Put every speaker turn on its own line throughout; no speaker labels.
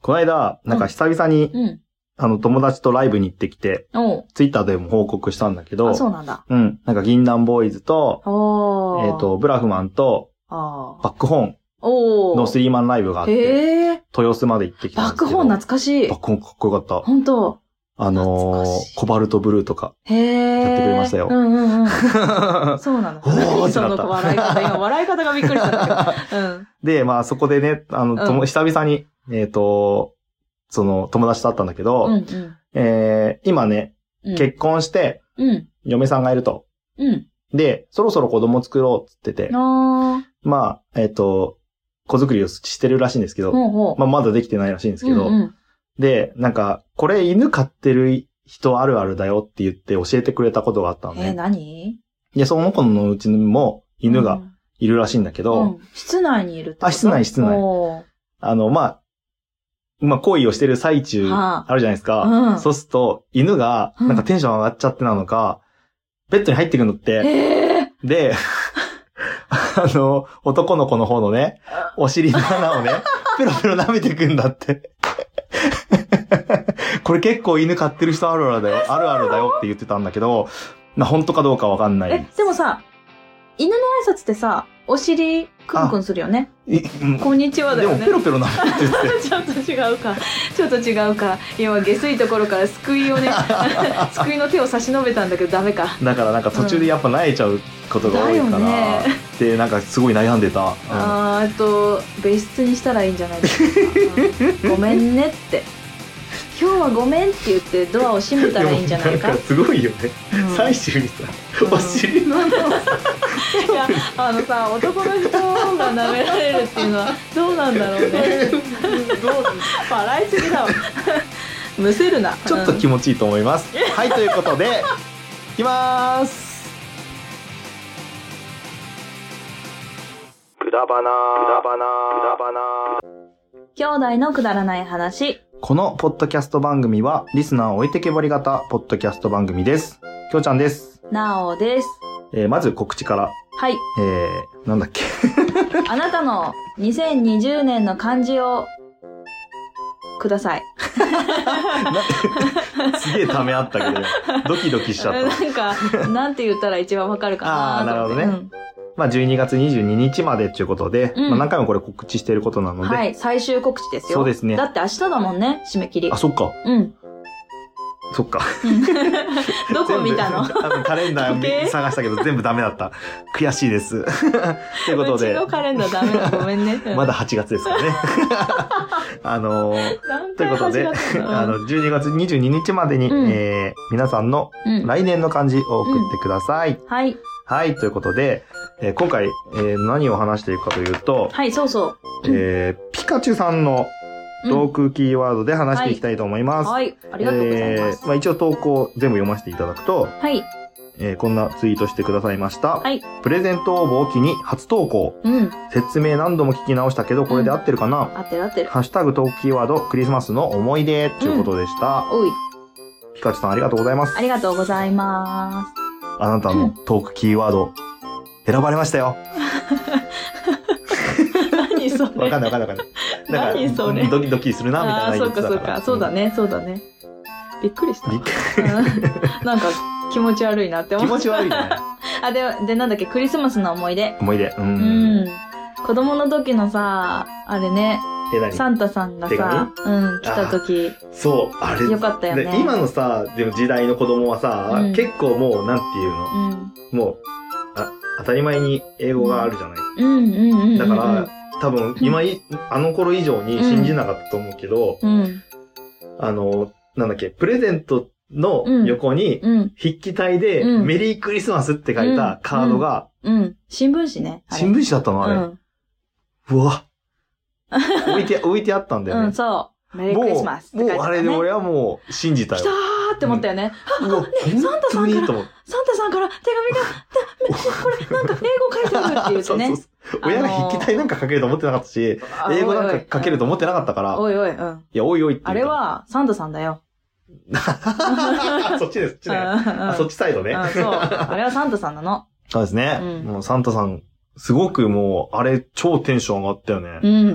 この間、なんか久々に、
うん。
あの、友達とライブに行ってきて、
おう。
ツイッターでも報告したんだけど、
あ、そうなんだ。
うん。なんか、銀杏ボーイズと、
おー。
えっ、。と、ブラフマンと、
あー
バックホーン
おー。
のスリーマンライブがあって、
へえ。
豊洲まで行ってきた
バ
ん
ッ
です
ク
けど。
ホーン懐かしい
バッ。クホーンかっこよかった。
ほんと。
あの
懐
ー
かしい
コバルトブルーとか。
へえ。
やってくれましたよ
うん うんうん。そうなの。
おーってなった
何その笑い方。今、笑い方がびっくりしたんだ けど。うん。
で、まあ、そこでね、あの、とも
う
久々に、えっ、と、その、友達と会ったんだけど、
うんうん
えー今ね、
うん。
結婚して、
うん。
嫁さんがいると。
うん。
で、そろそろ子供作ろうって言ってて、
あ
まあ、えっ、と、子作りをしてるらしいんですけ
ー。
ど、
ほうほう。
まあ、まだできてないらしいんですけど、
うんうん
で、なんか、これ犬飼ってる人あるあるだよって言って教えてくれたことがあったの
えー、
ね。
何
で、その子のうちにも犬がいるらしいんだけ
うん
ど、
うん室内にいるってこと
あ室内室内
おー
あの、まあ、まあ、行為をしてる最中、あ
はあ
るじゃないですか。
うん
そうすると、犬が、
うん
なんかテンション上がっちゃってなのか、ベッドに入ってくるのって、
へえ。
で、 あの、男の子の方のね、お尻の穴 をね、ペロペロ舐めてくんだって。 これ結構犬飼ってる人あるあるだよ、あるあるだよって言ってたんだけど、まあ、本当かどうかわかんな
え
い。、
でもさ、犬の挨拶ってさ、お尻くんくんするよね。
いうん
こんにちはだ
で
よ
も、
ね
ペ。ロペロ舐めてって。
ちょっと違うか。ちょっと違うか。今、下水ところから救い をね、救いの手を差し伸べたんだけど、ダメか。
だからなんか途中でやっぱ慣れちゃうことが多いから、
うんだよね
でなんかすごい悩んでた、うん
あーえっと、別室にしたらいいんじゃないです か。うんごめんねって。今日はごめんって言ってドアを閉めたらいいんじゃない
でも
か。
んすごいよね、
うん
最終にさ、
うん
お尻の穴を
いやあのさ男の人が舐められるっていうのはどうなんだろうね笑いす ぎだわむせるな
ちょっと
うん
気持ちいいと思います、はいということで いきまーす
兄弟のくだらない話
このポッドキャスト番組はリスナー置いてけぼり型ポッドキャスト番組ですきょうちゃんです、
なおです
えーまず告知から
はい
えー、なんだっ け
あなたの2020年の漢字をください
なすげえためあったけどドキドキしちゃった
なんかなんて言ったら一番わかるかなと思って
あーなるほまあ、12月22日までっていうことで、
うん
まあ、何回もこれ告知していることな
う
の
ん
で、
はい最終告知ですよ
そうですね
だって明日だもんね締め切り
あ、そっか、
うん
そっか。
うんどこ見たの
全部あのカレンダ
時計
ー探したけど全部ダメだった。悔しい です。ということ
うち
で
の、カレンダーダメだごめんね
まだ8月ですからね。 あのー
何
という
回
こと
始
で、
まってんの
あの、12月22日までに、
うん
えー皆さんの
うん
来年の漢字を送ってください。
はい。
はい、ということで、えー今回、えー何を話していくかというと、
はい、そうそう。うん
えーピカチュウさんのトークキーワードで話していきたいと思います。
はい。ありがとうございま
えー
す。
まあ、一応投稿全部読ませていただくと、
はい。
えーこんなツイートしてくださいました。
はい
プレゼント応募を機に初投稿。
うん。
説明何度も聞き直したけど、これで合ってるかな、
合ってる合ってる。
ハッシュタグトークキーワードクリスマスの思い出ということでした。
おい。
ピカチュウさんありがとうございます。
ありがとうございま
あなたのトークキーワード、選ばれました よ。
す。 何それ。
わかんないわかんないわかんない。なんか
何それ
ドキドキするな、み
ああ
た
ー、
いな
そ
言
う
ってた
かそう
ら
か。そうだ。ね、そうだね。びっくりした。
びっくり
うんなんか気持ち悪いなって
気
思
持
う。
ち悪いね。
あ、で、で、なんだっけ、クリスマスの思い出。
思い出。う。
うんん。子供の時のさ、あれね、
え、何
サンタさんがさ、うん、来た時、
そう、あれ
よかったよね
で今のさ、でも時代の子供はさ、
うん
結構もう、なんていうの
う、ん。
もう、あ、当たり前に英語があるじゃない。
うんうんうんうん。
だから、多分、今い、あの頃以上に信じなかったと思うけど、
うん、
あの、なんだっけ、プレゼントの横に、
うん、
筆記体で、
うん
メリークリスマスって書いたカードが、
うん。新聞紙ね。あれ
新聞紙だったのあれ。
うん。
うわ。置いて、置いてあったんだよ
う
ね
ん、。そう。メリー
も
クリス
う、
マスって
も
書いうてた
あ
ね。
れで俺はもう信じた
来
よ
た。ーって思ったよね。
うわ、本
サンタさん
当
から
にいいと思う。。
サンタさんから手紙が、 だこれなんか英語書いてあるって言ってね
そうそうそう親が
あのー
筆記体なんか書けると思ってなかったし、英語なんか書けると
思
思ってなかったから、
おいおい、うん。
いや、おいおいって
あ
言
れ
うから。
はサンタさんだよ。
そっちです、そっち
うんう
ね。
ん
あそっちサイドね。
うんそう。あれはサンタさんなの。
そうですね。
うん
もうサンタさん、すごくもう、あれ、超テンション上がったよね。
うん。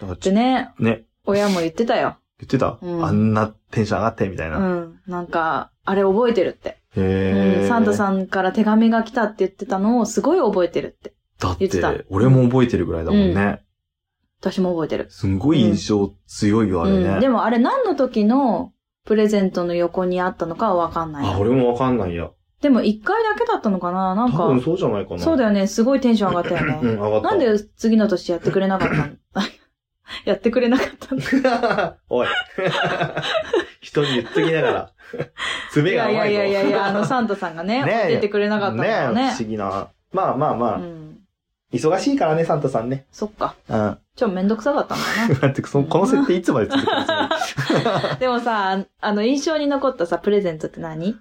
だからち
でね、
ね。
親も言ってたよ。
言ってた、
うん
あんなテンション上がって、みたいうな。
ん。なんか、あれ覚えてるって。
へえ。
うん、サンタ
ん
さんから手紙が来たって言ってたのをすごい覚えてるって。
だっ
言ってた
て、俺も覚えてるぐらいだもんね。
私も覚えてる。
すんごい印象強いよ、あれね。
うん。でもあれ何の時のプレゼントの横にあったのかはわかんない
あ、
な。
俺もわかんないや。
でも一回だけだったのかななん
多分
か、
そうじゃないかな。
そうだよね。すごいテンション上がったよ
う
ね。
ん、上がった。
なんで次の年やってくれなかったの やってくれなかったの
おい。 人に言っときながら。
い
爪が
やいや
甘い
い
ぞ。
やいやいや、あのサンタさんがね、
ねえ
出てくれなかったの
ね
か
え、
ね。
不思議な。まあまあまあ、
うん。
忙しいからね、サンタさんね。
そっか。
うん。だ
ちょ、めんどくさかったん だ
ってその、この設定いつまで続くんですか
な。でもさ、あの、印象に残ったさ、プレゼントって何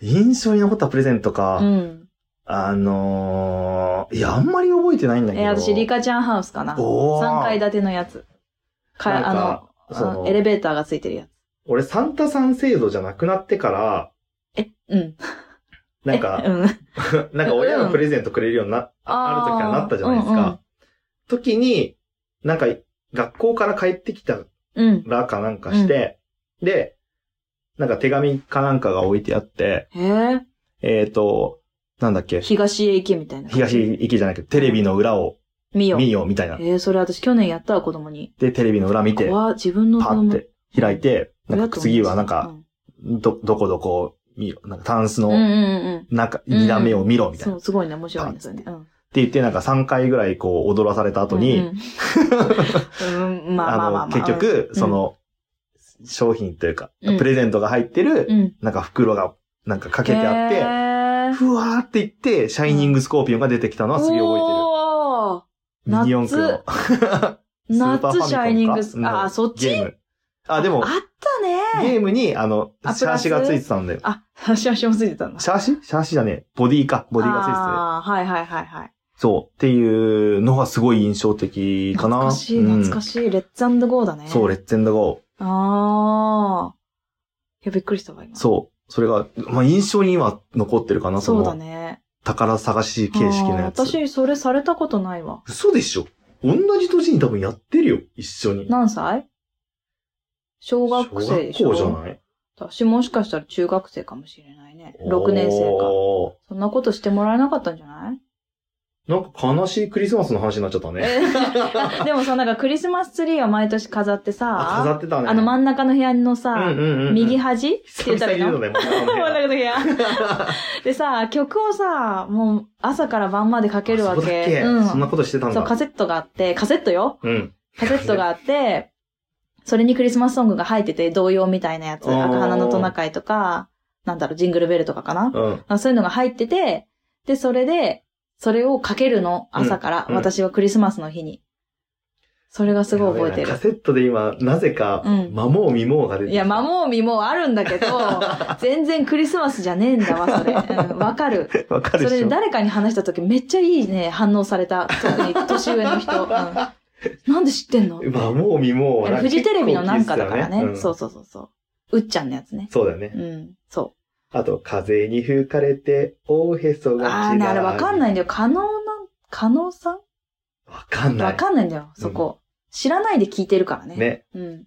印象に残ったプレゼントか。
うん。
あのー、いや、あんまり覚えてないんだけど。
え、私、リカちゃんハウスかな。
おー
3階建てのやつ。
なん
か、あ
か
の、
そ
あ
の
のエレベーターがついてるやつ。
俺、サンタさん制度じゃなくなってから、
うん。
なんか
え、 うん。
なんか親がプレゼントくれるようにな、あある時からなったじゃないですか。時に、なんか、学校から帰ってきた
うんうん。うん。
らかなんかして、で、なんか手紙かなんかが置いてあって、
へ
えっ、と、なんだっ
え。
け、
東へ行けみたいな。
東行きじゃなくて、テレビの裏を
見よ。
見ようみたいな。
えー、それ私去年やったわ、子供に。
で、テレビの裏見て、
わ、自分の
パ
子
っ
供。
て開いて、なんか次はなん
う
か、
ん、
ど、どこどこを見よう。なんかタンス
うん
の
うんうん。
中、二段目を見ろみたい
そ
な。っ
う、すごいね、面白いね、それね。うん。
て言って、なんか3回ぐらいこう踊らされた後に、
うんうん、うん、まあまあまあ
あの、
まあ。
結局、その、商品というか、
うん
プレゼントが入ってる
う、ん、うん。
なんか袋が、なんかかけてあって、
て、
ふわーって言って、シャイニングスコーピオンが出てきたのはすげえ覚
覚
えてる。ミニ四駆の。
えて
スーパーファミコン
夏
か
シャイニングス、
うん
あ、そっ
ゲ
ち
ーム。あ、でも
あ、ったね
ゲームに、あの、
あ
シャーシがついてたんだよ。
あ、シャシャもついてたんだ。
シャーシシャーシじゃねえ。ボディか。ボディがついて
ああ、はいはいはいはい。
て。そう。っていうのがすごい印象的かな。
懐かしい、懐か
しい。
しい。レッツゴーだね。
そう、レッツエンドゴ
ああ。いや、びっくりしたわ、今。
ー。そう。それが、まあ、印象に今残ってるかな、そ
そうだ
の、
ね。
宝探し形式のや
あ
つ
ー。私、それされたことないわ。
嘘でしょ同じ年に多分やってるよ、一緒に。
何歳小学生でしょ
小学校じゃない
私もしかしたら中学生かもしれないね。6年生か。
おー
そんなことしてもらえなかったんじゃない
なんか悲しいクリスマスの話になっちゃったね。
え でもさ、なんかクリスマスツリーを毎年飾って
あ、
さ、
飾ってたね。
あの真ん中の部屋のさ、
うんうんうんうん
右端って言ったらいい
久
の
々に言うのね、真ん
真
中
ん中
の
の部屋。でさ、曲をさ、もう朝から晩までかけるわ
そうだっ
け。
け
うん。
そんなことしてたん
そう、カ
だ。
セットがあって、カセットよ
うん。
カセットがあって、それにクリスマスソングが入ってて、童謡みたいなやつ。
おー
赤花のトナカイとか、なんだろう、ジングルベルとかかな。
うん。
あそういうのが入ってて、で、それで、それをかけるの、
うん
朝から、
うん
私はクリスマスの日に。それがすごい覚えて
やべえなカ
る。
セットで今、なぜか、
うん
魔もう見もうが出て
いや、
ま
魔もう身もあるんだけど、 全然クリスマスじゃねえんだわ、それ。うんわ、かる。
う。わかる
そ
で
れ
し
で
ょ。
誰かに話した時めっちゃいいね、反応された。特に年上の人。うん、なんで知ってんの
魔もう見もうは
フジテレビのなんかだから
結構
ね。
大きいっす
そ
よ
うそうそうそう。うっちゃんのやつね。
そうだよね。
うん、そ。
あと、風に吹かれて、おへそうがち。
あーね、あれわかんないいんだよ。可能なん、可能さん
わかんない。
わかんないんだよ、そこ。知らないで聞いてるからね。
ね。
うん。っ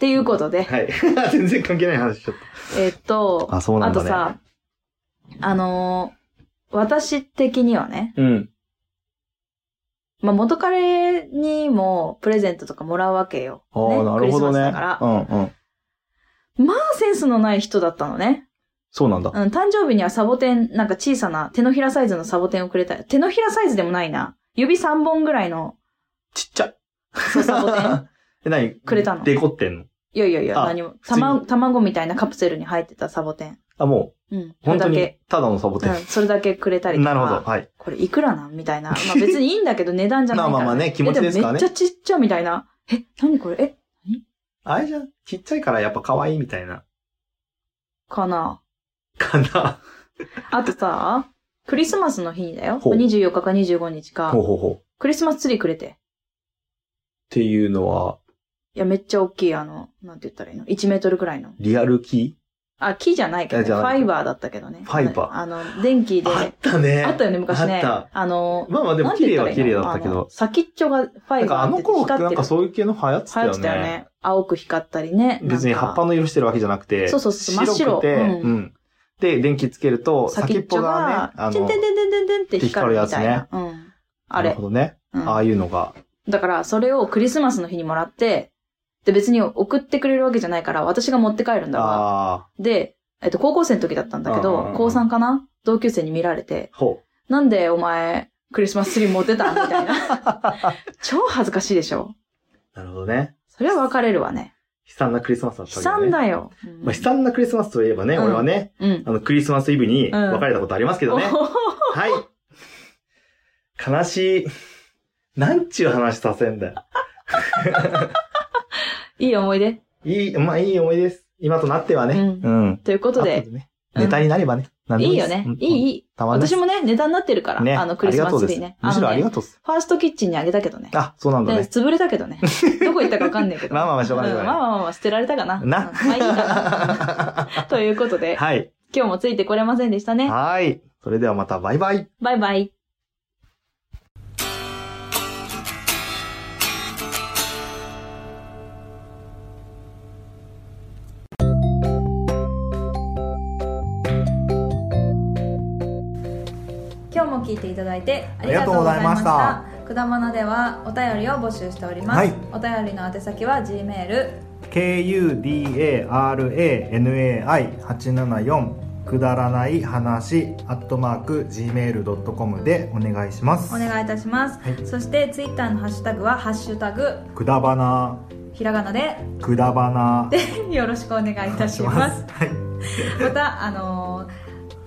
ていうことで、
はい。 全然関係ない話しちゃっ
えっと、
あそうなんだね
とさ、あのー私的にはね、
た。うん。
まあ、元彼にもプレゼントとかもらうわけよ。
ああ、なる
ね
ほど
クリスマス
ね
だから。
う。んうん。
まあ、センスのない人だったのね。
そうなんだ。
うん、誕生日にはサボテン、なんか小さな手のひらサイズのサボテンをくれた。手のひらサイズでもないな。指3本ぐらいの、
ちっちゃい。
そうサボテン。
え、何
くれたの
デコってんの
いやいやいや、
あ
何も。
普通に
卵卵みたいなカプセルに入ってたサボテン。
あ、も
うん。
う、本当
それだけ
に、ただのサボテ
うん、それだけくれたり
ン。
とか。
なるほど。はい。
これいくらなんみたいな。まあ別にいいんだけど値段じゃないか ら、
まあまあまあね気持ちですからね
えもめっちゃちっちゃみたいな。え、何これえ、
あれじゃん、ちっちゃいからやっぱ可愛いみたいな。
かな。
か な。
あとさ、クリスマスの日にだよ。
ほう
24日か25日か
ほう。ほうほう。っ
クリスマスツリーくれて。
ていうのは、
いや、めっちゃ大きい、あの、なんて言ったらいいの ?1 メートルくらいの。
リアルキ
あ、木じゃないけど、ね、
じ
フ
ゃない
ァイバーだったけどね。
ファイバー
あの、電気で。
あったね。
あったよね、昔ね。
あった。
あの、
まあまあでも
なんて
綺麗
言たら
はい
いの
綺麗だったけ
あの
ど。
先っちょがファ
なん
イ
か
バ
あ
ー
の頃ってなんかそういう系の流行って
流
た
行っ
よ
てたよ
ね。
ね。青く光ったりね。
別に
なんか
葉っぱの色してるわけじゃなくて、
そうそうそう真っ白
白くて、
うん
うん。で、電気つけると、
先
先
っ
っ
ちょ
ぽがね、、
が
あ
てん
の、
てんてんてんてんてんって光るみたいな。
っ
うん。あ
な
れ
るほ。どね。
うん
ああいうのが。
だから、それをクリスマスの日にもらって、で、別に送ってくれるわけじゃないから、私が持って帰るんだわ。
ああ、
で、えっと、高校生の時だったんだけ
うんうん
ど
う、ん
高3かな同級生に見られて、
ほ
なんでお前、クリスマスツリー持ってたみたいな。超恥ずかしいでしょ。
う。なるほどね。
それは別れるわね。
悲惨なクリスマスだっ
悲
たわけ
惨
ね。
だよ。うん
まあ悲惨なクリスマスといえばね、
うん
俺はね、
うん。
あの、クリスマスイブに
うん
別れたことありますけどね。
お
はい。悲しい。なんちゅう話させんだよ。
いい思い出。
いい、まあいい思い出です。今となってはね。
う
うん。
ということ
後
で、
でね。
うん
ネタになればね。何で
い
も
い
で
よ
す
ね
うん。
いい、いい。
たまんない
私もね、値段になってるから、
ね、
あの、クリスマスツリーね。
ありがとうですむしろあ
あ
り
のね
がとうっす。
ファーストキッチンにあげたけどね。
あ、そうなんだ
で
ね。
潰れたけ どね。どこ行ったかわかんないけど。
まあまあまあしょうがないしょうが
まあ
ない
まあまあ、捨てられたかな。
な
うんまあい いかな。ということで、
はい。
今日もついてこれませんでしたね。
はい。それではまた、バイバイ。
バイバイ。今日も聞いていただいてありがとうございました
あ
くだまなではお便りを募集しております、
はい
お便りの宛先は G メール
kudaranai874 くだらない話アットマーク gmail.com でお願いします
お願いいたします、
はい
そしてツイッターのハッシュタグはハッシュタグ
くだばな
ひらがなで
くだばな
よろしくお願いいたします
はい
またあのー